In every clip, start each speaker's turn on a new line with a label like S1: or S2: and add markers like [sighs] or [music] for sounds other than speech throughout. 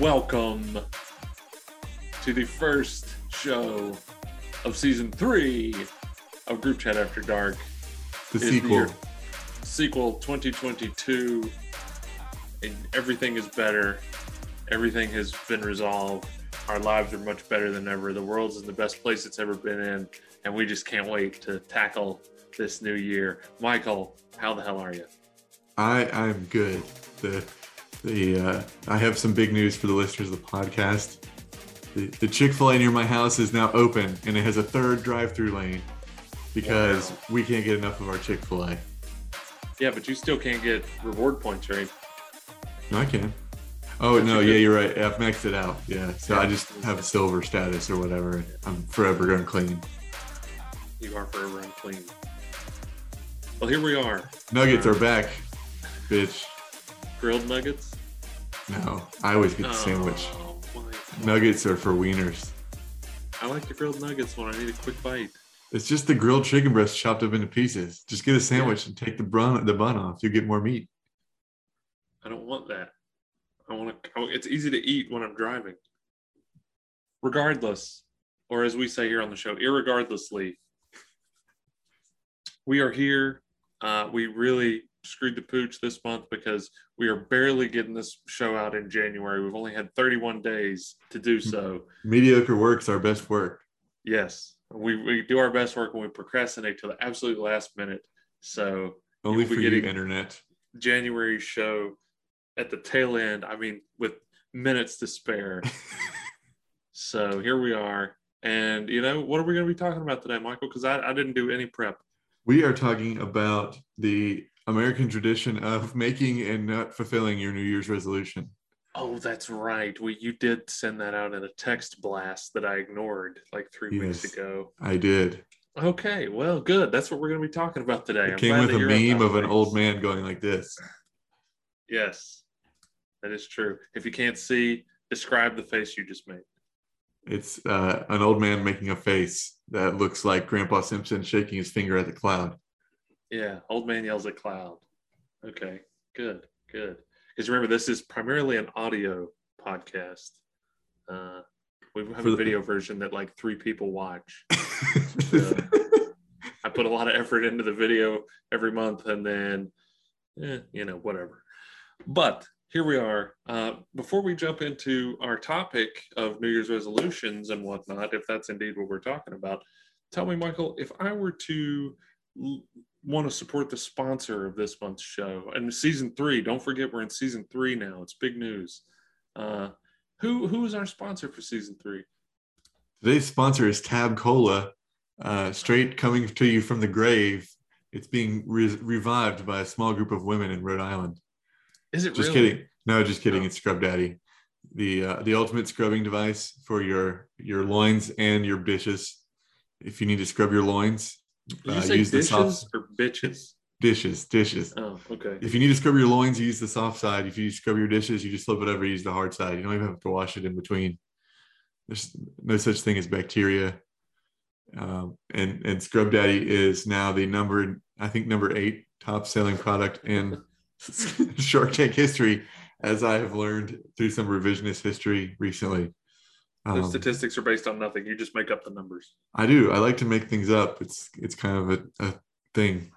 S1: Welcome to the first show of season three of Group Chat After Dark.
S2: The
S1: Is the
S2: sequel.
S1: year- Sequel 2022. And everything is better. Everything has been resolved. Our lives are much better than ever. The world's in the best place it's ever been in. And we just can't wait to tackle this new year. Michael, how the hell are you?
S2: I I'm good. The the uh, I have some big news for the listeners of the podcast. The, the Chick Fil A near my house is now open, and it has a third drive-through lane because
S1: Wow.
S2: we can't get enough of our Chick Fil A.
S1: Yeah, but you still can't get reward points, right?
S2: No, I can. Oh
S1: But
S2: no,
S1: you
S2: yeah,
S1: could-
S2: you're right. I've maxed it out. Yeah, so I
S1: Yeah.
S2: just have a silver status or whatever. and I'm forever going clean.
S1: You are forever unclean. Well, here we are.
S2: Nuggets are back, bitch.
S1: Grilled nuggets.
S2: No, I always get the sandwich.
S1: Oh, my-
S2: Nuggets are for wieners.
S1: I like the grilled nuggets when I need a quick bite.
S2: It's just the grilled chicken breast chopped up into pieces. Just get a sandwich and take the bun the bun off. You'll get more meat.
S1: I don't want that. I want to. It's easy to eat when I'm driving. Regardless, or as we say here on the show, irregardlessly, we are here. Uh, we really screwed the pooch this month because we are barely getting this show out in January. We've only had 31 days to
S2: Hmm.
S1: do so.
S2: Mediocre work's our best work.
S1: Yes, we, we do our best work when we procrastinate till the absolute last minute. So
S2: Only
S1: will be
S2: for you,
S1: getting-
S2: internet.
S1: January show at the tail end. I mean, with minutes to [laughs] spare. so here we are, and you know what are we going to be talking about today, Michael? Because I, I didn't do any prep.
S2: We are talking about the American tradition of making and not fulfilling your New Year's resolution.
S1: Oh, that's right. We you did send that out in a text blast that I ignored like three
S2: Yes.
S1: weeks ago.
S2: I did.
S1: Okay, well, good. That's what we're going to be talking about today.
S2: It
S1: I'm
S2: came
S1: glad
S2: with
S1: that
S2: a
S1: you're up
S2: meme
S1: on
S2: of an
S1: things.
S2: old man going like this.
S1: Yes, that is true. If you can't see, describe the face you just made.
S2: It's uh, an old man making a face that looks like Grandpa Simpson shaking his finger at the cloud. [laughs]
S1: Yeah, old man yells at cloud. Okay, good, good. Because remember, this is primarily an audio podcast. Uh, we have
S2: For
S1: a
S2: the-
S1: video version that like three people watch.
S2: [laughs]
S1: So I put a lot of effort into the video every month, and then, eh, you know, whatever. But here we are. Uh, before we jump into our topic of New Year's resolutions and whatnot, if that's indeed what we're talking about, tell me, Michael, if I were to l- want to support the sponsor of this month's show and season three, don't forget we're in season three now. It's big news. Uh, who who is our sponsor for season three?
S2: Today's sponsor is Tab Cola, uh, straight coming to you from the grave. It's being re- revived by a small group of women in Rhode Island.
S1: Is it
S2: Just
S1: really?
S2: kidding. No, just kidding.
S1: Oh.
S2: It's Scrub Daddy, the uh, the ultimate scrubbing device for your your loins and your dishes. If you need to scrub your loins,
S1: Did you
S2: Uh,
S1: say
S2: use the
S1: dishes
S2: soft-
S1: or bitches?
S2: dishes, dishes.
S1: Oh, okay.
S2: If you need to scrub your loins, you use the soft side. If you need to scrub your dishes, you just flip it over, use the hard side. You don't even have to wash it in between. There's no such thing as bacteria. Um, and and Scrub Daddy is now the number, I think number eight top selling product in [laughs] Shark Tank history, as I have learned through some revisionist history recently.
S1: The
S2: Um,
S1: statistics are based on nothing. You just make up the numbers.
S2: I do. I like to make things up. It's it's kind of a, a thing.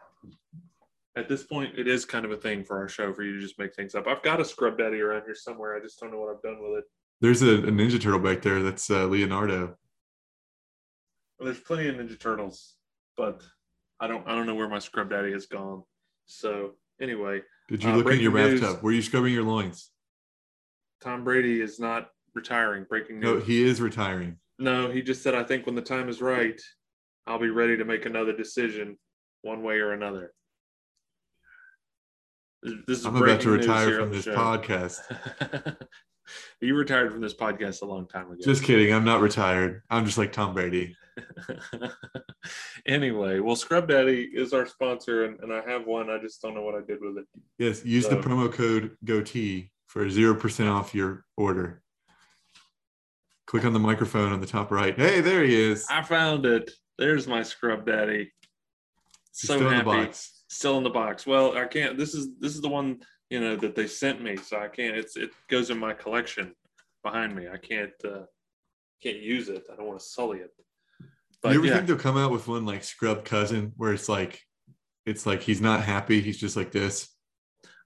S1: At this point, it is kind of a thing for our show for you to just make things up. I've got a scrub daddy around here somewhere. I just don't know what I've done with it.
S2: There's a, a Ninja Turtle back there. That's uh, Leonardo.
S1: There's plenty of Ninja Turtles, but I don't I don't know where my scrub daddy has gone. So anyway,
S2: Did you
S1: Uh,
S2: look in your
S1: breaking news.
S2: bathtub? Were you scrubbing your loins?
S1: Tom Brady is not retiring. Breaking
S2: No,
S1: news.
S2: he is retiring.
S1: No, he just said I think when the time is right, I'll be ready to make another decision, one way or another. This this is
S2: I'm about
S1: breaking
S2: to
S1: news
S2: retire
S1: here on
S2: from
S1: the
S2: this
S1: show.
S2: podcast.
S1: [laughs] you retired from this podcast a long time ago.
S2: Just kidding. I'm not retired. I'm just like Tom Brady.
S1: [laughs] anyway, well, Scrub Daddy is our sponsor, and, and I have one. I just don't know what I did with it.
S2: Yes, use
S1: So-
S2: the promo code GOTEE for 0% off your order. Click on the microphone on the top right. Hey, there he is.
S1: I found it. There's my scrub daddy.
S2: He's
S1: so
S2: still in
S1: happy.
S2: the box.
S1: Still in the box. Well, I can't. This is this is the one you know that they sent me, so I can't. It's it goes in my collection behind me. I can't uh, can't use it. I don't want to sully it. But
S2: you ever
S1: yeah,
S2: think they'll come out with one like scrub cousin where it's like, it's like he's not happy. He's just like this.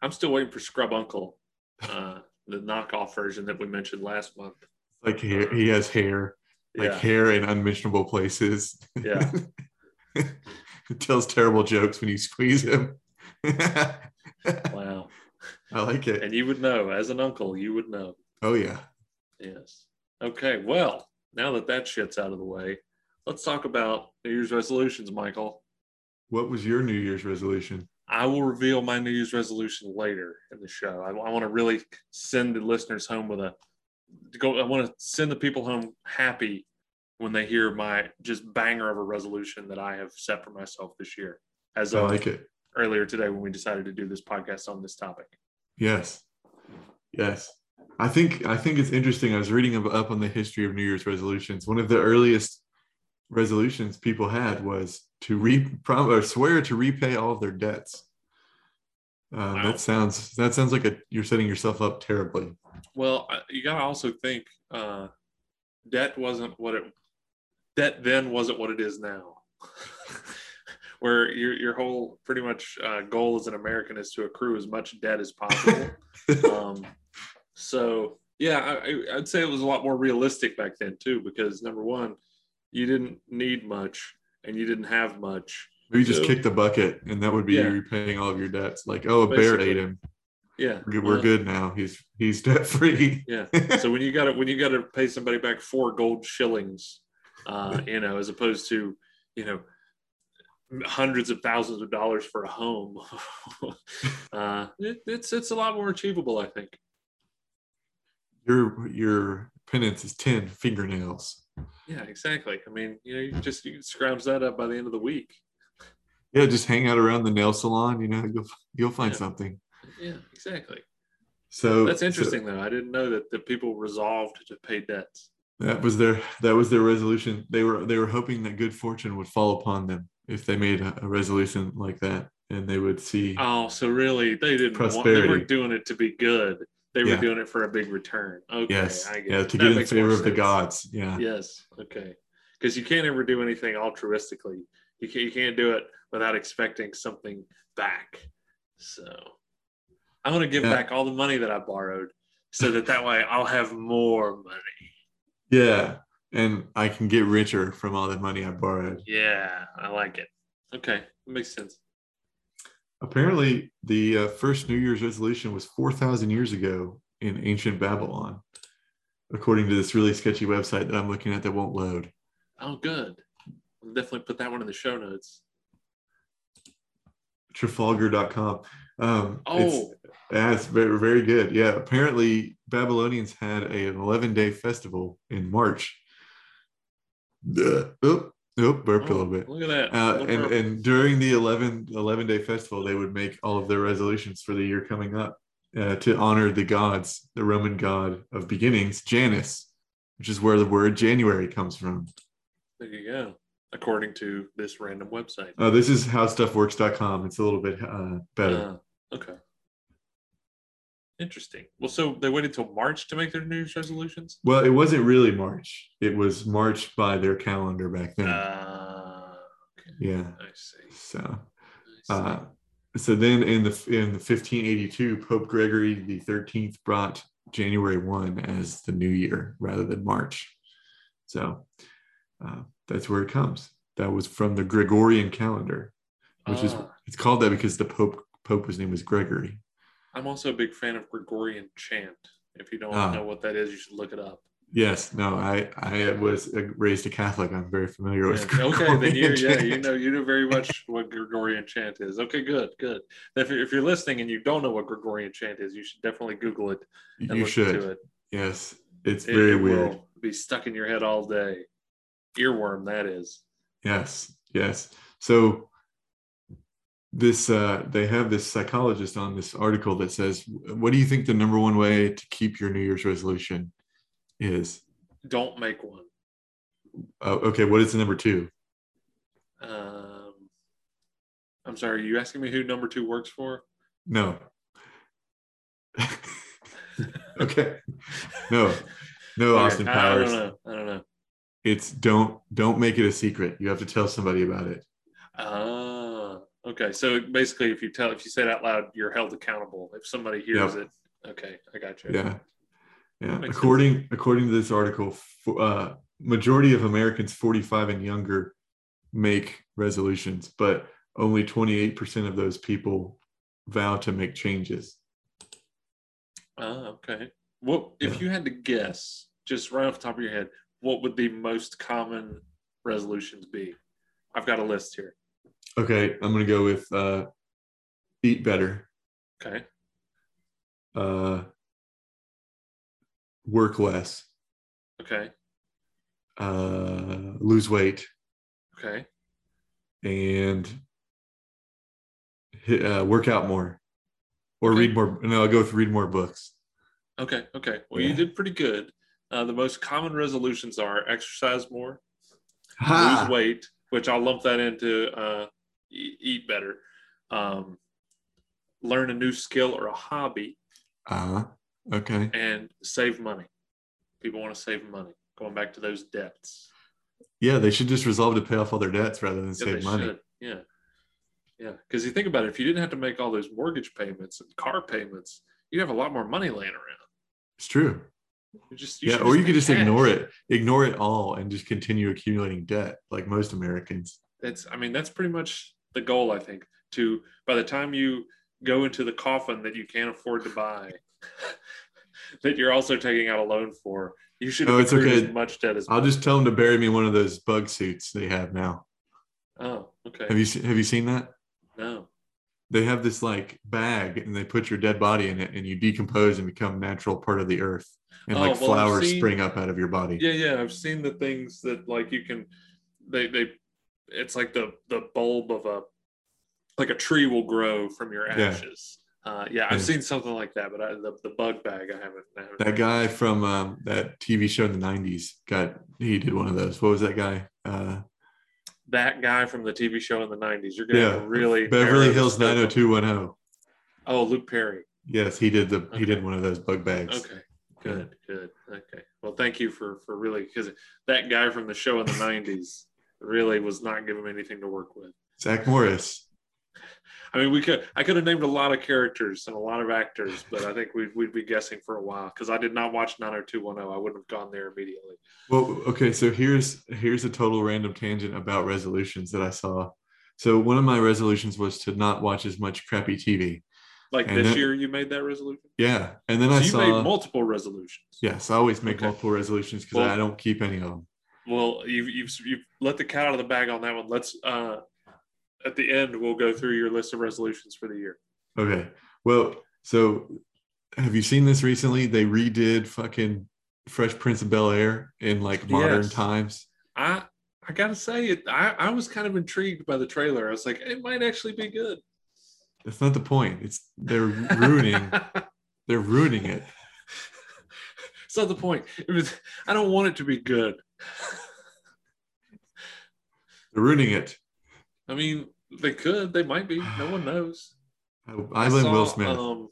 S1: I'm still waiting for Scrub Uncle, uh, the knockoff version that we mentioned last month.
S2: Like hair, he has hair, like
S1: Yeah,
S2: hair in unmentionable places.
S1: yeah.
S2: tells terrible jokes when you squeeze him. [laughs] I
S1: Wow.
S2: like it.
S1: And you would know, as an uncle, you would know.
S2: Oh yeah.
S1: Yes. Okay. Well, now that that shit's out of the way, let's talk about New Year's resolutions, Michael.
S2: What was your New Year's resolution?
S1: I will reveal my New Year's resolution later in the show. I, I want to really send the listeners home with a to go. I want to send the people home happy when they hear my just banger of a resolution that I have set for myself this year. As
S2: I
S1: of
S2: like it.
S1: earlier today, when we decided to do this podcast on this topic.
S2: Yes. Yes. I think I think it's interesting. I was reading ab- up on the history of New Year's resolutions. One of the earliest resolutions people had was to re prom- or swear to repay all of their debts. Uh,
S1: Wow.
S2: That sounds that sounds like a you're setting yourself up terribly.
S1: Well, I- you gotta also think uh, debt wasn't what it debt then wasn't what it is now. [laughs] Where your your whole pretty much uh, goal as an American is to accrue as much debt as [laughs] possible. um, so yeah, I, I- I'd say it was a lot more realistic back then too, because number one, you didn't need much and you didn't have much.
S2: Maybe just
S1: So-
S2: kick the bucket, and that would be
S1: Yeah.
S2: repaying all of your debts. Like, oh, a bear
S1: Basically.
S2: ate him.
S1: Yeah,
S2: We're good- We're
S1: Uh,
S2: good now. He's he's [laughs] debt free.
S1: Yeah. so when you got to when you got to pay somebody back four gold shillings,
S2: [laughs]
S1: uh, you know, as opposed to you know hundreds of thousands of dollars for a home, [laughs] uh, it, it's it's a lot more achievable, I think.
S2: your your penance is ten fingernails.
S1: Yeah, exactly. I mean, you know, you just you can scrounge that up by the end of the week.
S2: Yeah, just hang out around the nail salon. You know, you'll you'll find
S1: Yeah.
S2: something.
S1: Yeah, exactly.
S2: So
S1: That's
S2: so
S1: interesting, though. I didn't know that the people resolved to pay debts.
S2: that was their that was their resolution. They were they were hoping that good fortune would fall upon them if they made a, a resolution like that, and they would see.
S1: Oh, so really, they didn't. Want, they
S2: Prosperity.
S1: were doing it to be good. They were
S2: Yeah.
S1: doing it for a big return. Okay,
S2: yes,
S1: I get
S2: yeah,
S1: it.
S2: to
S1: That
S2: get in
S1: makes more
S2: favor of the
S1: sense.
S2: gods. Yeah,
S1: Yes. Okay. Because you can't ever do anything altruistically. You can't, you can't do it without expecting something back. So I want to give
S2: Yeah.
S1: back all the money that I borrowed so that that way I'll have more money.
S2: yeah, and I can get richer from all the money I borrowed.
S1: Yeah, I like it. Okay, that makes sense.
S2: Apparently, the uh, first New Year's resolution was 4,000 years ago in ancient Babylon, according to this really sketchy website that I'm looking at that won't load.
S1: Oh, good. I'll definitely put that one in the show notes.
S2: Trafalgar.com. Um,
S1: Oh,
S2: that's very, very good. Yeah, apparently Babylonians had a, an 11 day festival in March. Duh. Oh, oh, burped a
S1: oh,
S2: little bit.
S1: look at that.
S2: Uh,
S1: Look
S2: and,
S1: up.
S2: and during the 11, 11 day festival, they would make all of their resolutions for the year coming up uh, to honor the gods, the Roman god of beginnings, Janus, which is where the word January comes from.
S1: there you go. According to this random website.
S2: Uh, this is howstuffworks.com. It's a little bit uh, better.
S1: Uh, okay. Interesting. Well, so they waited till March to make their New Year's resolutions.
S2: Well, it wasn't really March, it was March by their calendar back then.
S1: Uh,
S2: yeah.
S1: I see.
S2: So.
S1: I see.
S2: Uh, so then in the in the 1582 pope gregory the 13th brought january 1 as the new year rather than march so uh, that's where it comes that was from the gregorian calendar which is
S1: Ah,
S2: it's called that because the pope pope his name was gregory
S1: I'm also a big fan of Gregorian chant. If you don't
S2: Ah.
S1: know what that is, you should look it up.
S2: yes no i i was uh, raised a catholic i'm very familiar
S1: Yeah.
S2: with
S1: Okay, then
S2: Gregorian
S1: you yeah you
S2: chant.
S1: know you know very
S2: [laughs]
S1: much what Gregorian chant is. Okay, good, good. If you're, if you're listening and you don't know what Gregorian chant is, you should definitely Google it and
S2: you
S1: listen
S2: should
S1: to it.
S2: yes it's
S1: It,
S2: very
S1: it
S2: weird
S1: will be stuck in your head all day. Earworm, that is.
S2: Yes, yes. So this uh, they have this psychologist on this article that says, "What do you think the number one way to keep your New Year's resolution is?"
S1: don't make one.
S2: Uh, okay, what is the number two?
S1: Um, I'm sorry, are you asking me who number two works for?
S2: No. [laughs] okay. No. No,
S1: Okay,
S2: Austin
S1: I-
S2: Powers.
S1: I don't know. I don't know.
S2: It's don't don't make it a secret. You have to tell somebody about it.
S1: Ah, okay. So basically, if you tell, if you say it out loud, you're held accountable. If somebody hears
S2: Yep.
S1: it, okay, I got you.
S2: Yeah. Yeah.
S1: Makes sense.
S2: According according to this article, fo- uh, majority of Americans 45 and younger make resolutions, but only 28% of those people vow to make changes.
S1: Ah, okay. What if
S2: Yeah.
S1: you had to guess, just right off the top of your head, what would the most common resolutions be? I've got a list here.
S2: Okay, I'm gonna go with uh, eat better,
S1: Okay,
S2: uh, work less,
S1: okay,
S2: uh, lose weight,
S1: okay.
S2: and hit, uh, work out more, or
S1: Okay.
S2: read more. No, I'll go with read more books.
S1: Okay, okay. Well, you
S2: Yeah.
S1: did pretty good. Uh, the most common resolutions are exercise more, lose
S2: Ha!
S1: weight, which I'll lump that into uh, e- eat better, um, learn a new skill or a hobby,
S2: Uh-huh. Okay.
S1: and save money. People want to save money, going back to those debts.
S2: Yeah, they should just resolve to pay off all their debts rather than
S1: Yeah,
S2: save
S1: they
S2: money.
S1: should. Yeah. Yeah. Because you think about it, if you didn't have to make all those mortgage payments and car payments, you'd have a lot more money laying around.
S2: It's true.
S1: You just, you
S2: yeah,
S1: should
S2: or you
S1: pay
S2: could just
S1: cash.
S2: ignore it, ignore it all, and just continue accumulating debt like most Americans.
S1: that's i mean that's pretty much the goal i think to by the time you go into the coffin that you can't afford to buy [laughs] that you're also taking out a loan for you should
S2: No,
S1: have
S2: it's
S1: accrued
S2: okay. Uh,
S1: as much debt as
S2: I'll just tell them to bury me in one of those bug suits they have now.
S1: oh okay
S2: Have you se- have you seen that?
S1: no
S2: They have this like bag and they put your dead body in it and you decompose and become natural part of the earth and
S1: Oh,
S2: like
S1: well, I've
S2: flowers
S1: seen-
S2: spring up out of your body.
S1: yeah yeah i've seen the things that like you can they they it's like the the bulb of a like a tree will grow from your
S2: Yeah.
S1: ashes uh, yeah i've
S2: Yeah.
S1: seen something like that but I, the, the bug bag i haven't, I haven't
S2: That guy from um, that TV show in the '90s got he did one of those. What was that guy? Uh,
S1: that guy from the TV show in the '90s. You're gonna have
S2: Yeah,
S1: to really
S2: Beverly
S1: narrow
S2: Hills
S1: this down.
S2: 90210.
S1: Oh, Luke Perry.
S2: Yes, he did the
S1: Okay.
S2: he did one of those bug bags.
S1: Okay, good, good. Okay. Well, thank you for for really because that guy from the show in the '90s really was not giving me anything to work with.
S2: Zach Morris.
S1: I mean, we could I could have named a lot of characters and a lot of actors, but I think we'd we'd be guessing for a while because I did not watch 90210. I wouldn't have gone there immediately.
S2: Well, okay, so here's here's a total random tangent about resolutions that I saw. So one of my resolutions was to not watch as much crappy TV.
S1: Like
S2: And
S1: this
S2: that-
S1: year, you made that resolution.
S2: Yeah, and then
S1: So
S2: I
S1: you
S2: saw
S1: made multiple resolutions.
S2: Yes, I always make
S1: Okay.
S2: multiple resolutions because
S1: Well-
S2: I don't keep any of them.
S1: Well, you've, you've you've let the cat out of the bag on that one. Let's uh, at the end we'll go through your list of resolutions for the year.
S2: Okay. Well, so have you seen this recently? They redid fucking Fresh Prince of Bel Air in like modern
S1: Yes.
S2: times.
S1: I I gotta say it. I I was kind of intrigued by the trailer. I was like, it might actually be good.
S2: That's not the point. It's they're
S1: [laughs]
S2: ruining they're ruining it.
S1: it's not the point. [laughs] It was. I don't want it to be good.
S2: They're ruining it.
S1: I mean, they could. They might be. No one knows.
S2: I, [sighs] I blame Will
S1: saw,
S2: Smith.
S1: Um,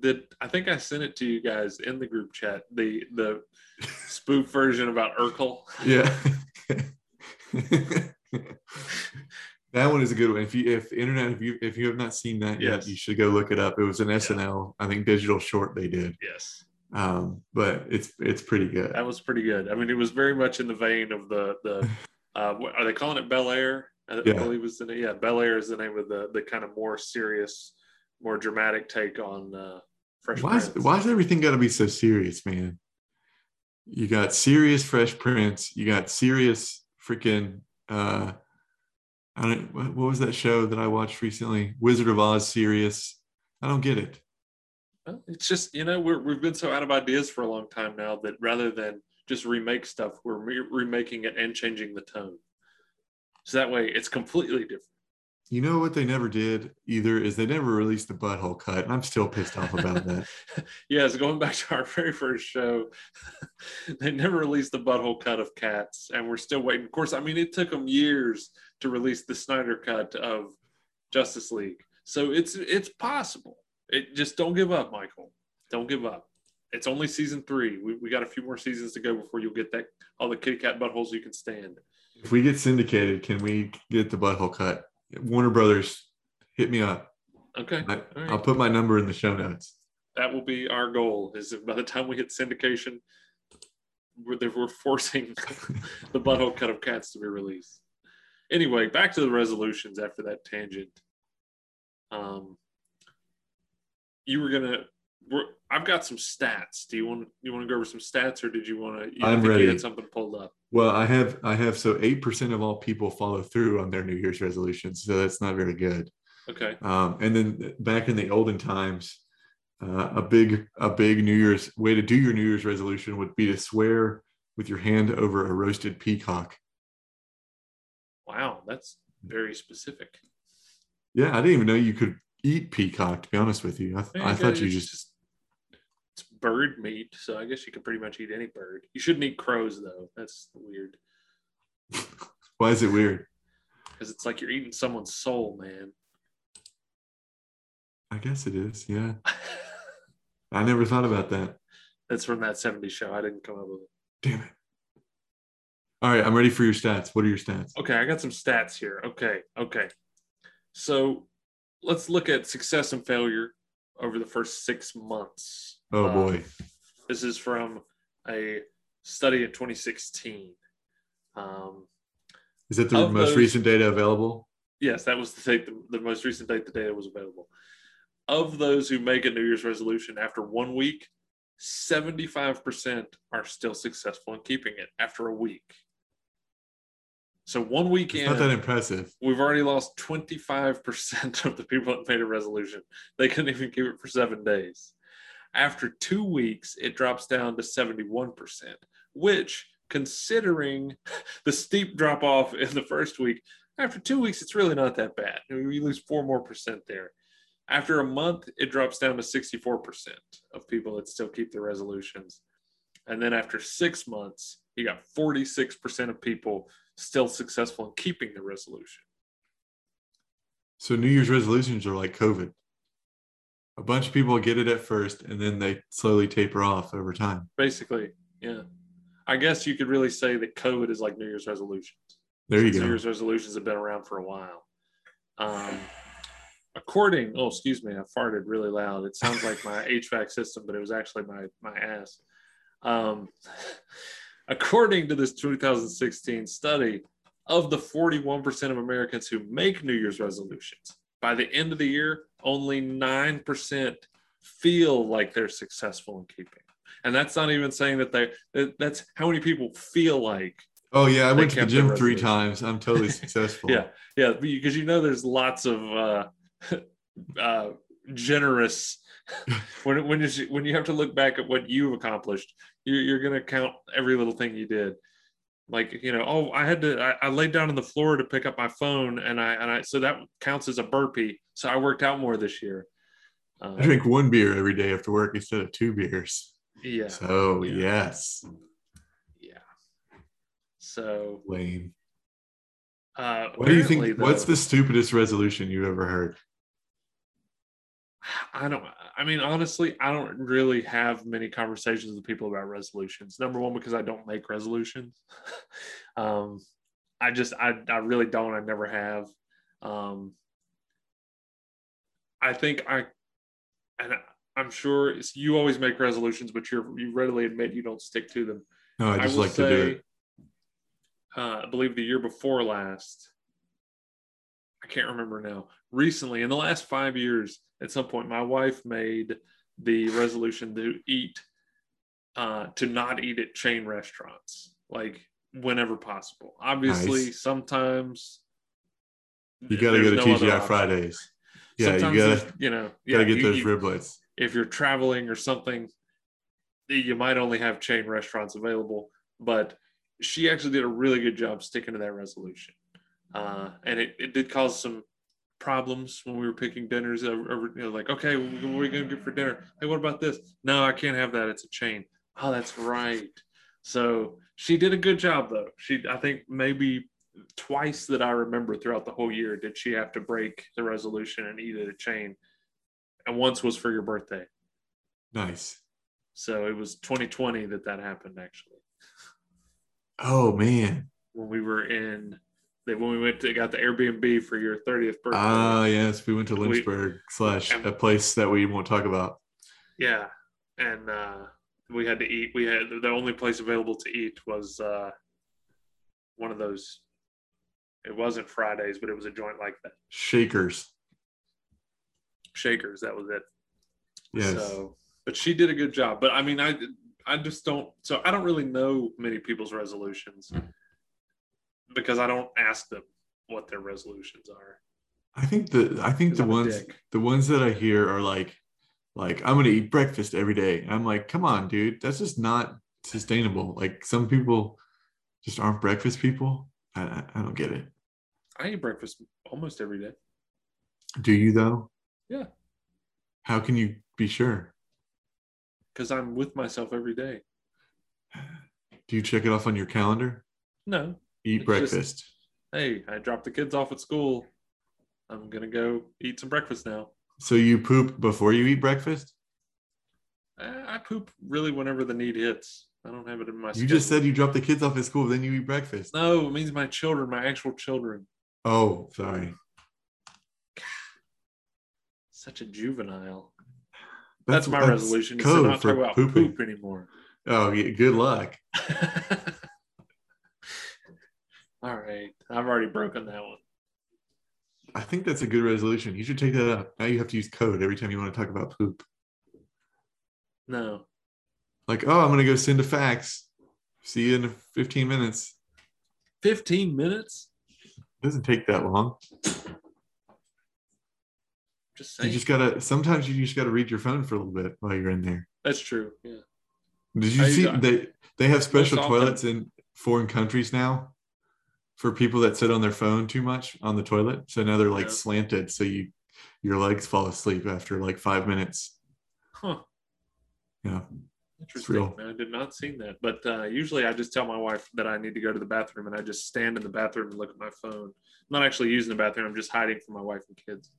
S1: did I think I sent it to you guys in the group chat? The the
S2: [laughs]
S1: spoof version about Urkel.
S2: yeah. [laughs] that one is a good one. If you if internet if you if you have not seen that
S1: Yes.
S2: yet, you should go look it up. It was an SNL, I think digital short they did.
S1: Yes.
S2: Um, but it's it's pretty good.
S1: That was pretty good. I mean, it was very much in the vein of the
S2: [laughs]
S1: the. Uh, what- are they calling it Bel Air? I
S2: Yeah.
S1: believe was the name. Yeah, Bel Air is the name of the the kind of more serious, more dramatic take on uh, Fresh
S2: why is,
S1: Prince.
S2: why is everything got to be so serious, man? You got serious Fresh Prince. You got serious freaking. Uh, I don't. What what was that show that I watched recently? Wizard of Oz. Serious. I don't get it.
S1: Well, It's just you know we're, we've been so out of ideas for a long time now that rather than just remake stuff, we're re- remaking it and changing the tone. So that way, it's completely different.
S2: You know what they never did either is they never released the butthole cut, and I'm still pissed off about that.
S1: yes, going back to our [laughs] very first show, [laughs] they never released the butthole cut of Cats, and we're still waiting. Of course, I mean, it took them years to release the Snyder cut of Justice League, so it's it's possible. It just don't give up, Michael. Don't give up. It's only season three. We, we got a few more seasons to go before you'll get that all the kitty cat buttholes you can stand.
S2: If we get syndicated, can we get the butthole cut? Warner Brothers, hit me up.
S1: Okay,
S2: I,
S1: right.
S2: I'll put my number in the show notes.
S1: that will be our goal. Is that by the time we hit syndication, we're, that we're
S2: [laughs]
S1: forcing the butthole cut of cats to be released. Anyway, back to the resolutions after that tangent. Um, you were gonna. We're, I've got some stats. Do you want you want to go over some stats, or did you want to?
S2: I'm
S1: You
S2: ready.
S1: had something pulled up.
S2: Well, I have I have so eight percent of all people follow through on their New Year's resolutions, so that's not very good.
S1: Okay.
S2: Um, and then back in the olden times, uh, a big a big New Year's way to do your New Year's resolution would be to swear with your hand over a roasted peacock.
S1: Wow, that's very specific.
S2: Yeah, I didn't even know you could eat peacock. To be honest with you, I, th- I
S1: Yeah,
S2: thought you
S1: it's
S2: just
S1: it's bird meat, so I guess you could pretty much eat any bird. You shouldn't eat crows though. That's weird
S2: why is it weird?
S1: because it's like you're eating someone's soul, man. [laughs]
S2: I guess it is. Yeah, I never thought about that.
S1: That's from that '70s show. I didn't come up with it.
S2: Damn it! All right, I'm ready for your stats. What are your stats?
S1: Okay, I got some stats here. Okay, okay. So let's look at success and failure over the first six months.
S2: Oh
S1: Um,
S2: boy.
S1: This is from a study in 2016. Um,
S2: Is that the
S1: Of
S2: most
S1: those-
S2: recent data available?
S1: Yes, that was the date, the, the most recent date the data was available. Of those who make a New Year's resolution after one week, 75% are still successful in keeping it after a week. So one week
S2: It's
S1: in,
S2: not that impressive.
S1: we've already lost 25% of the people that made a resolution. They couldn't even keep it for seven days. After two weeks, it drops down to 71%, which, considering the steep drop off in the first week, after two weeks, it's really not that bad. You lose four more percent there. After a month, it drops down to 64% of people that still keep their resolutions. And then after six months, you got 46% of people still successful in keeping the resolution.
S2: So New Year's resolutions are like COVID. A bunch of people get it at first and then they slowly taper off over time.
S1: Basically, yeah. I guess you could really say that COVID is like New Year's resolutions.
S2: There you
S1: New
S2: go.
S1: Year's resolutions have been around for a while. Um, according, oh, excuse me, I farted really loud. It sounds like
S2: [laughs]
S1: my HVAC system, but it was actually my my ass. Um, [laughs] according to this 2016 study, of the 41% of Americans who make New Year's resolutions, by the end of the year, only 9% feel like they're successful in keeping. And that's not even saying that they, that- that's how many people feel like
S2: Oh yeah, I
S1: They
S2: went to the
S1: kept their
S2: gym three
S1: resolution.
S2: times.
S1: [laughs]
S2: I'm totally successful.
S1: Yeah, yeah, because you know there's lots of uh, [laughs] uh, generous. [laughs] when when you when you have to look back at what you've accomplished, you're, you're gonna count every little thing you did. Like you know, oh, I had to. I, I laid down on the floor to pick up my phone, and I and I so that counts as a burpee. So I worked out more this year. Um,
S2: I drink one beer every day after work instead of two beers.
S1: Um, Yeah,
S2: So
S1: Yeah.
S2: yes,
S1: yeah. So
S2: lame.
S1: uh,
S2: What do you think?
S1: apparently,
S2: what's
S1: though-
S2: the stupidest resolution you've ever heard?
S1: I don't, I mean, honestly, I don't really have many conversations with people about resolutions. Number one, because I don't make resolutions. [laughs] um, I just, I, I really don't. I never have. Um, I think I, and I, I'm sure it's, you always make resolutions, but you're, you readily admit you don't stick to them.
S2: No, I just
S1: will
S2: like to do it.
S1: Uh, I believe the year before last, I can't remember now. Recently, in the last five years, at some point, my wife made the resolution to eat, uh, to not eat at chain restaurants, like whenever possible. Obviously,
S2: Nice.
S1: sometimes
S2: You got to go
S1: there's
S2: to
S1: no other
S2: TGI
S1: option.
S2: Fridays. Yeah,
S1: Sometimes
S2: you
S1: there's-
S2: gotta
S1: you know, yeah,
S2: gotta get
S1: you-
S2: those
S1: you-
S2: riblets.
S1: if you're traveling or something, you might only have chain restaurants available. But she actually did a really good job sticking to that resolution, uh, and it, it did cause some problems when we were picking dinners. Over, over, you know, like, okay, what are we gonna get for dinner? Hey, what about this? No, I can't have that. It's a chain. Oh, that's right. So she did a good job though. She, I think, maybe twice that I remember throughout the whole year did she have to break the resolution and eat at a chain, and once was for your birthday.
S2: Nice.
S1: So it was 2020 that that happened actually.
S2: Oh man.
S1: When we were in, that when we went to got the Airbnb for your 30th birthday.
S2: Ah yes, we went to Lynchburg slash
S1: and-
S2: a place that we won't talk about.
S1: Yeah, and uh, we had to eat. We had the only place available to eat was uh, one of those. It wasn't Fridays, but it was a joint like that.
S2: Shakers.
S1: Shakers. That was it.
S2: Yes.
S1: So, but she did a good job. But I mean, I I just don't. So I don't really know many people's resolutions because I don't ask them what their resolutions are.
S2: I think the I think
S1: 'Cause
S2: the
S1: I'm a
S2: ones
S1: dick.
S2: the ones that I hear are like like I'm gonna eat breakfast every day. And I'm like, come on, dude, that's just not sustainable. Like some people just aren't breakfast people. I, I, I don't get it.
S1: I eat breakfast almost every day.
S2: Do you though?
S1: Yeah.
S2: How can you be sure?
S1: because I'm with myself every day.
S2: Do you check it off on your calendar?
S1: No,
S2: Eat
S1: It's just-
S2: breakfast.
S1: hey, I dropped the kids off at school. I'm gonna go eat some breakfast now.
S2: So you poop before you eat breakfast?
S1: Eh, I poop really whenever the need hits. I don't have it in my.
S2: You just
S1: schedule.
S2: said you drop the kids off at school, then you eat breakfast.
S1: no. It means my children, my actual children.
S2: Oh, sorry.
S1: Such a juvenile.
S2: That's,
S1: That's, my
S2: that's
S1: resolution. Is to
S2: Code
S1: not
S2: for
S1: talk about
S2: pooping.
S1: poop anymore. [laughs]
S2: Oh, yeah, good luck.
S1: All right, I've already broken that one.
S2: I think that's a good resolution. You should take that up. Now you have to use code every time you want to talk about poop.
S1: No,
S2: Like, oh, I'm going to go send a fax. See you in 15 minutes.
S1: 15 minutes.
S2: It doesn't take that long.
S1: Just
S2: You
S1: saying.
S2: just got to, sometimes you just got to read your phone for a little bit while you're in there.
S1: That's true. Yeah.
S2: Did you
S1: I-
S2: see
S1: I-
S2: they they have special
S1: often-
S2: toilets in foreign countries now for people that sit on their phone too much on the toilet? So now they're like
S1: Yeah.
S2: slanted, so you your legs fall asleep after like five minutes.
S1: Huh.
S2: Yeah,
S1: Interesting.
S2: real.
S1: I did not see that. But uh, usually I just tell my wife that I need to go to the bathroom and I just stand in the bathroom and look at my phone. I'm not actually using the bathroom, I'm just hiding from my wife and kids.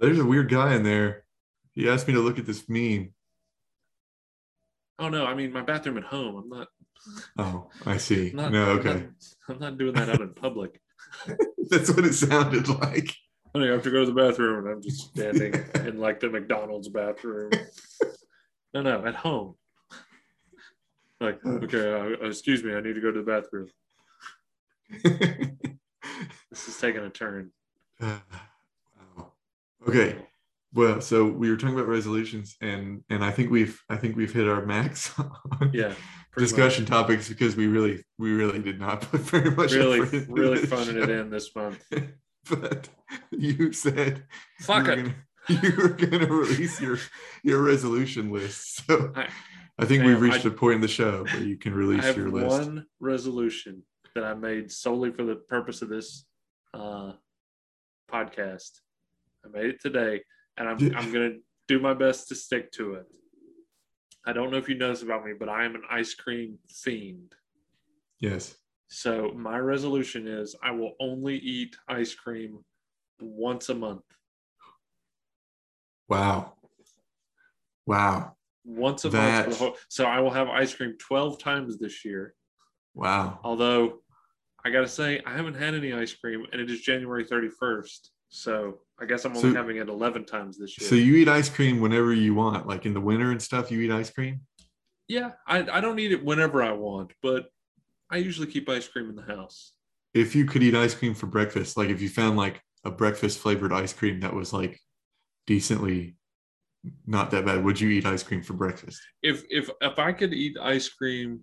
S2: there's a weird guy in there. He asked me to look at this meme.
S1: Oh no, I mean my bathroom at home. I'm not,
S2: Oh, I see.
S1: I'm [laughs] not
S2: no,
S1: I'm
S2: okay,
S1: not- I'm not doing that out in public.
S2: [laughs] that's what it sounded like. [laughs]
S1: Honey, I have to go to the bathroom and I'm just standing in like the McDonald's bathroom. No, no, at home. Like, okay, uh, excuse me, I need to go to the bathroom. This is taking a turn.
S2: wow. Okay. Well, so we were talking about resolutions, and and I think we've I think we've hit our max on
S1: Yeah. pretty much.
S2: discussion topics because we really we really did not put very much
S1: Really,
S2: effort [laughs] into
S1: really
S2: this
S1: phoning it
S2: show.
S1: in this month.
S2: But you said
S1: Fuck
S2: you were
S1: it.
S2: gonna- [laughs] you were going to release your your resolution list, so I,
S1: I-
S2: think
S1: damn,
S2: we've reached
S1: I-
S2: a point in the show where you can
S1: I
S2: release
S1: have
S2: your
S1: one
S2: list.
S1: resolution that I made solely for the purpose of this uh, podcast. I made it today, and I'm
S2: Yeah.
S1: I'm gonna do my best to stick to it. I don't know if you know this about me, but I am an ice cream fiend.
S2: Yes,
S1: So my resolution is I will only eat ice cream once a month.
S2: wow, wow,
S1: Once a month.
S2: That-
S1: For the whole, so I will have ice cream twelve times this year. Oh,
S2: wow.
S1: Although I gotta say, I haven't had any ice cream, and it is January 31st, so I guess I'm only
S2: So-
S1: having it 11 times this year.
S2: So you eat ice cream whenever you want, like in the winter and stuff. You eat ice cream.
S1: yeah, I, I don't eat it whenever I want, but I usually keep ice cream in the house.
S2: if you could eat ice cream for breakfast, like if you found like a breakfast flavored ice cream that was like decently not that bad, would you eat ice cream for breakfast?
S1: If if if I could eat ice cream,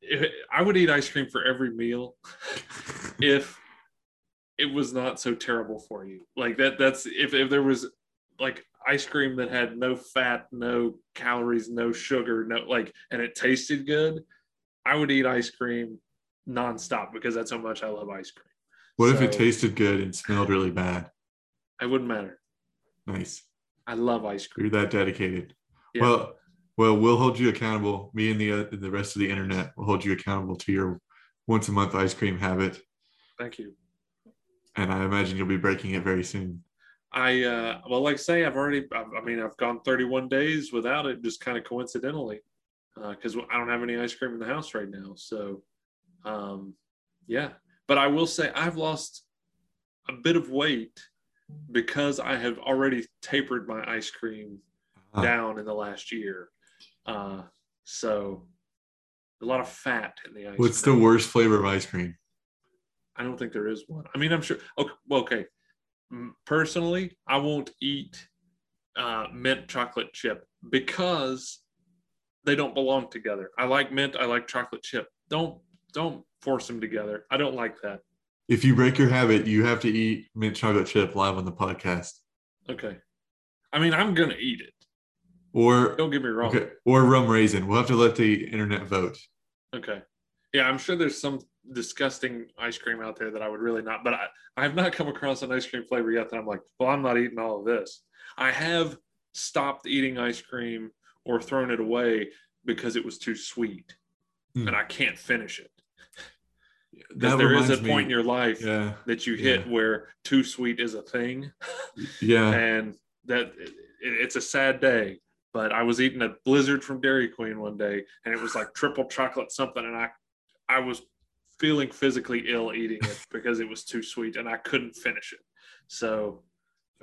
S1: if, I would eat ice cream for every
S2: [laughs]
S1: meal. if it was not so terrible for you. Like that that's if if there was like ice cream that had no fat, no calories, no sugar, no like and it tasted good, I would eat ice cream nonstop because that's how much I love ice cream.
S2: What if it
S1: So-
S2: tasted good and smelled really bad?
S1: It wouldn't matter.
S2: Nice.
S1: I love ice cream.
S2: You're that dedicated.
S1: Yeah.
S2: Well, well, we'll hold you accountable. Me and the uh, the rest of the internet will hold you accountable to your once a month ice cream habit,
S1: Thank you.
S2: and I imagine you'll be breaking it very soon.
S1: I uh, well, like I say, I've already. I've, I mean, I've gone 31 days without it, just kind of coincidentally, because I don't have any ice cream in the house right now. So, um, yeah. But I will say, I've lost a bit of weight because I have already tapered my ice cream
S2: Ah.
S1: down in the last year. Uh, so, a lot of fat in the ice.
S2: What's
S1: cream.
S2: the worst flavor of ice cream?
S1: I don't think there is one. I mean, I'm sure. Okay, well, okay. M- Personally, I won't eat uh, mint chocolate chip because they don't belong together. I like mint. I like chocolate chip. Don't don't force them together. I don't like that.
S2: If you break your habit, you have to eat mint chocolate chip live on the podcast,
S1: Okay. I mean, I'm gonna eat it.
S2: or
S1: Don't get me wrong.
S2: okay, or rum raisin. We'll have to let the internet vote.
S1: Okay. Yeah, I'm sure there's some disgusting ice cream out there that I would really not, but I, I have not come across an ice cream flavor yet that I'm like, well, I'm not eating all of this. I have stopped eating ice cream or thrown it away because it was too sweet
S2: Hmm.
S1: and I can't finish it. Because
S2: That
S1: there is a
S2: reminds me-
S1: point in your life
S2: yeah,
S1: that you hit where too sweet is a thing
S2: yeah.
S1: and that it, it's a sad day. But I was eating a blizzard from Dairy Queen one day, and it was like triple chocolate something, and I, I was feeling physically ill eating
S2: [laughs]
S1: it because it was too sweet, and I couldn't finish it. So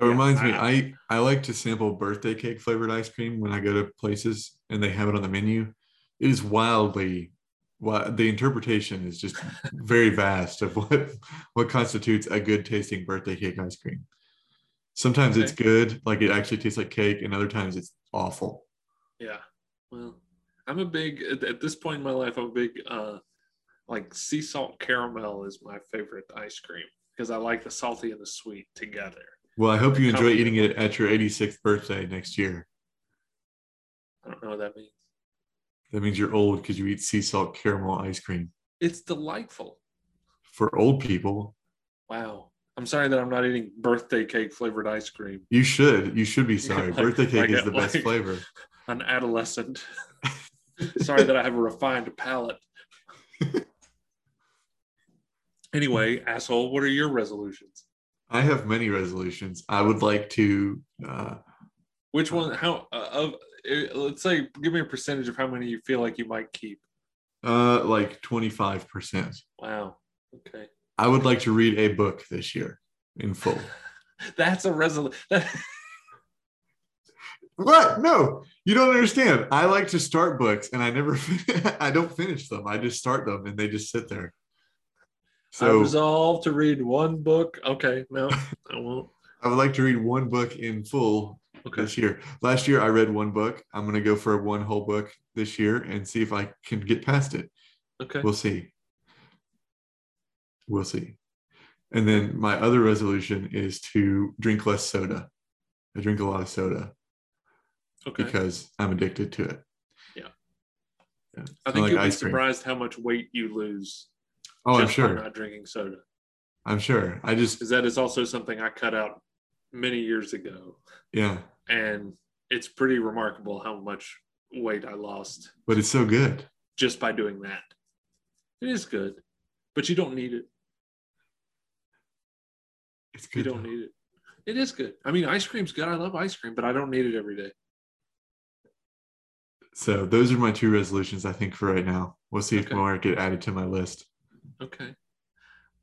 S2: It
S1: Yeah,
S2: reminds me,
S1: I-
S2: I I like to sample birthday cake flavored ice cream when I go to places and they have it on the menu. It is wildly, wi- the interpretation is [laughs] just very vast of what what constitutes a good tasting birthday cake ice cream. Sometimes it's
S1: Okay.
S2: good, like it actually tastes like cake, and other times it's awful.
S1: yeah, well, I'm a big at, at this point in my life, I'm a big uh, like sea salt caramel is my favorite ice cream because I like the salty and the sweet together.
S2: Well, I hope you enjoy
S1: Company.
S2: eating it at your 86th birthday next year.
S1: I don't know what that means.
S2: That means you're old because you eat sea salt caramel ice cream.
S1: It's delightful.
S2: For old people,
S1: Wow. I'm sorry that I'm not eating birthday cake flavored ice cream.
S2: you should you should be
S1: [laughs]
S2: sorry.
S1: Like-
S2: birthday cake
S1: like
S2: is
S1: it-
S2: the best
S1: like-
S2: flavor.
S1: An
S2: [laughs]
S1: adolescent. sorry that I have a refined palate. anyway, asshole, what are your resolutions?
S2: I have many resolutions. I would like to. Uh,
S1: Which one? How uh, of? uh, Let's say, give me a percentage of how many you feel like you might keep.
S2: uh, like twenty five percent.
S1: Wow. Okay.
S2: I would like to read a book this year in full.
S1: That's a resolution.
S2: what? No, you don't understand. I like to start books, and I never. [laughs] I don't finish them. I just start them, and they just sit there.
S1: I uh,
S2: So
S1: resolve to read one book. Okay. No, I won't.
S2: I would like to read one book in full
S1: Okay.
S2: this year. Last year I read one book. I'm going to go for one whole book this year and see if I can get past it.
S1: Okay.
S2: We'll see. We'll see. And then my other resolution is to drink less soda. I drink a lot of soda
S1: Okay.
S2: because I'm addicted to it.
S1: Yeah.
S2: Yeah.
S1: I
S2: Kinda
S1: think you'll
S2: like
S1: be
S2: ice cream.
S1: surprised how much weight you lose.
S2: Oh, I'm
S1: just by
S2: sure.
S1: Not drinking soda.
S2: I'm sure. I just,
S1: because that is also something I cut out many years ago,
S2: yeah,
S1: and it's pretty remarkable how much weight I lost
S2: but it's so good.
S1: just by doing that. It is good, but you don't need it.
S2: It's
S1: You
S2: good.
S1: don't
S2: though.
S1: need it. It is good. I mean, ice cream's good. I love ice cream, but I don't need it every day.
S2: So those are my two resolutions, I think, for right now. We'll see if
S1: Okay.
S2: more get added to my list.
S1: Okay.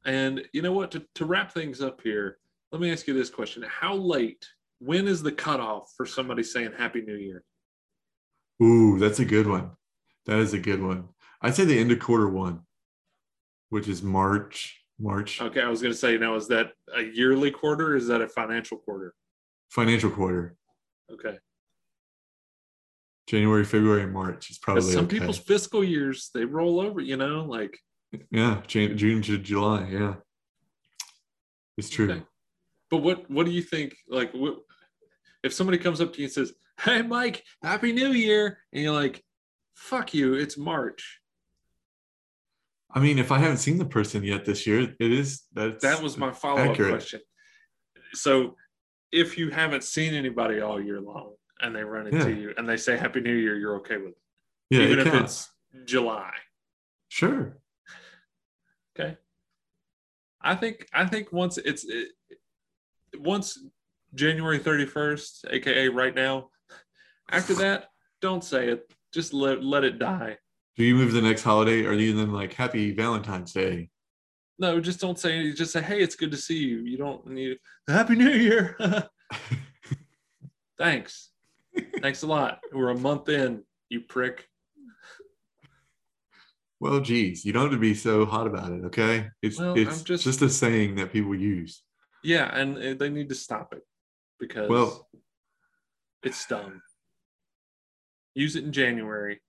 S1: And you know what? To, to wrap things up here, let me ask you this question: How late? When is the cutoff for somebody saying Happy New Year?
S2: Ooh, that's a good one. That is a good one. I'd say the end of quarter one, which is March. March
S1: Okay, I was going to say now is that a yearly quarter? Is that a financial quarter?
S2: financial quarter,
S1: Okay.
S2: January, February, March is probably
S1: Because some
S2: okay.
S1: people's fiscal years they roll over, you know, like
S2: yeah, Jan- June to July. Yeah, it's true.
S1: Okay. but what what do you think like what, if somebody comes up to you and says, "Hey Mike, happy new year." And you're like, "Fuck you, it's March."
S2: I mean, if I haven't seen the person yet this year, it is that's
S1: That was my follow up
S2: accurate.
S1: question. So, if you haven't seen anybody all year long and they run into
S2: Yeah.
S1: you and they say Happy New Year, you're okay with it,
S2: yeah,
S1: even
S2: it
S1: if
S2: counts.
S1: it's July.
S2: Sure.
S1: I think I think once it's it, once January 31st, aka right now. After that, don't say it. Just let let it die.
S2: Do you move to the next holiday? Are you then like Happy Valentine's Day?
S1: No, just don't say it. Just say, "Hey, it's good to see you." You don't need Happy New Year. [laughs] Thanks. Thanks a lot. We're a month in, you prick.
S2: Well, geez, you don't have to be so hot about it, okay? It's
S1: Well,
S2: it's
S1: I'm
S2: just,
S1: just-
S2: a saying that people use.
S1: Yeah, and uh, they need to stop it because
S2: Well-
S1: it's dumb. Use it in January.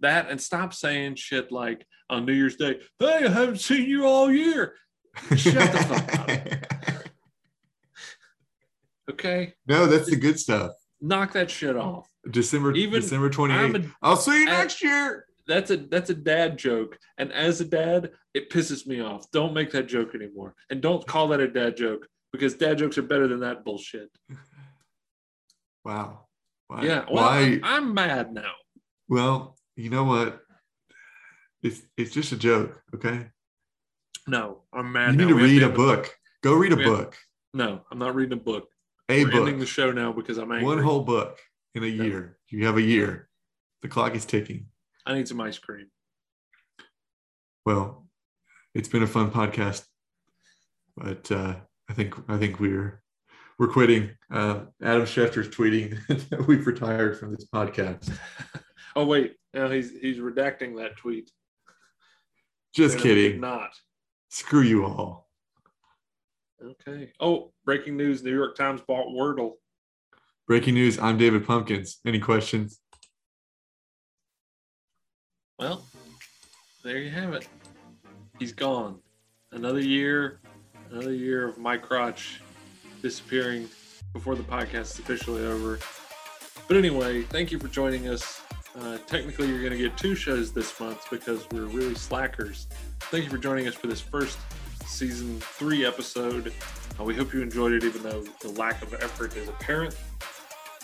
S1: That and stop saying shit like on New Year's Day, hey, I haven't seen you all year. Shut the fuck
S2: [laughs]
S1: Okay?
S2: no, that's the good stuff.
S1: Knock that shit off.
S2: December
S1: Even-
S2: December twenty
S1: I'm
S2: eighth.
S1: a,
S2: I'll see you
S1: I-
S2: next year.
S1: that's a that's a dad joke. And as a dad, it pisses me off. Don't make that joke anymore. And don't call that a dad joke because dad jokes are better than that bullshit.
S2: Wow. Why,
S1: Yeah. Well,
S2: why?
S1: I'm mad now.
S2: well, you know what? It's it's just a joke, okay?
S1: No, I'm mad.
S2: you
S1: now.
S2: need to
S1: We have
S2: read a
S1: have
S2: book. Go read a
S1: we have-
S2: book.
S1: No, I'm not reading a book.
S2: A
S1: We're ending the
S2: book.
S1: show now because I'm angry.
S2: One whole book in a
S1: No.
S2: year. You have a year. The clock is ticking.
S1: I need some ice cream. [laughs]
S2: Well, it's been a fun podcast, but uh, I think I think we're we're quitting. Uh, Adam Schefter's tweeting [laughs] that we've retired from this podcast.
S1: Oh wait, no, he's he's redacting that tweet.
S2: Just
S1: No, he did
S2: kidding.
S1: Not
S2: Screw you all.
S1: okay. Oh, breaking news: New York Times bought Wordle.
S2: Breaking news. I'm David Pumpkins. Any questions?
S1: Well, there you have it. He's gone. Another year, another year of my crotch disappearing before the podcast is officially over. But anyway, thank you for joining us. Uh, technically, you're going to get two shows this month because we're really slackers. Thank you for joining us for this first season three episode. Uh, we hope you enjoyed it, even though the lack of effort is apparent.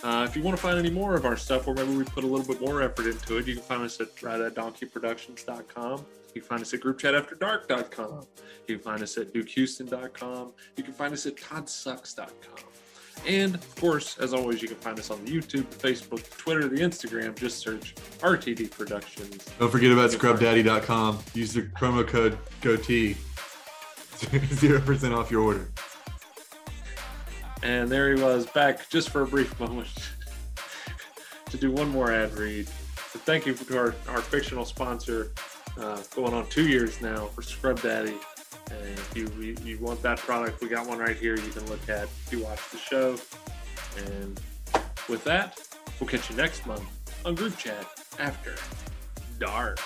S1: Uh, if you want to find any more of our stuff, or maybe we put a little bit more effort into it, you can find us at rideatdonkeyproductions.com. You can find us at groupchatafterdark.com. You can find us at dukehouston.com. You can find us at toddsucks.com. And of course, as always, you can find us on the YouTube, the Facebook, the Twitter, the Instagram. Just search RTD Productions.
S2: Don't forget about scrubdaddy.com. Use the promo code GOTEE. [laughs] Zero percent off your order.
S1: And there he was, back just for a brief [laughs] moment to do one more ad read. So thank you to our, our fictional sponsor, uh, going on two years now for Scrub Daddy. And if you, you you want that product, we got one right here you can look at if you watch the show. And with that, we'll catch you next month on Group Chat after dark.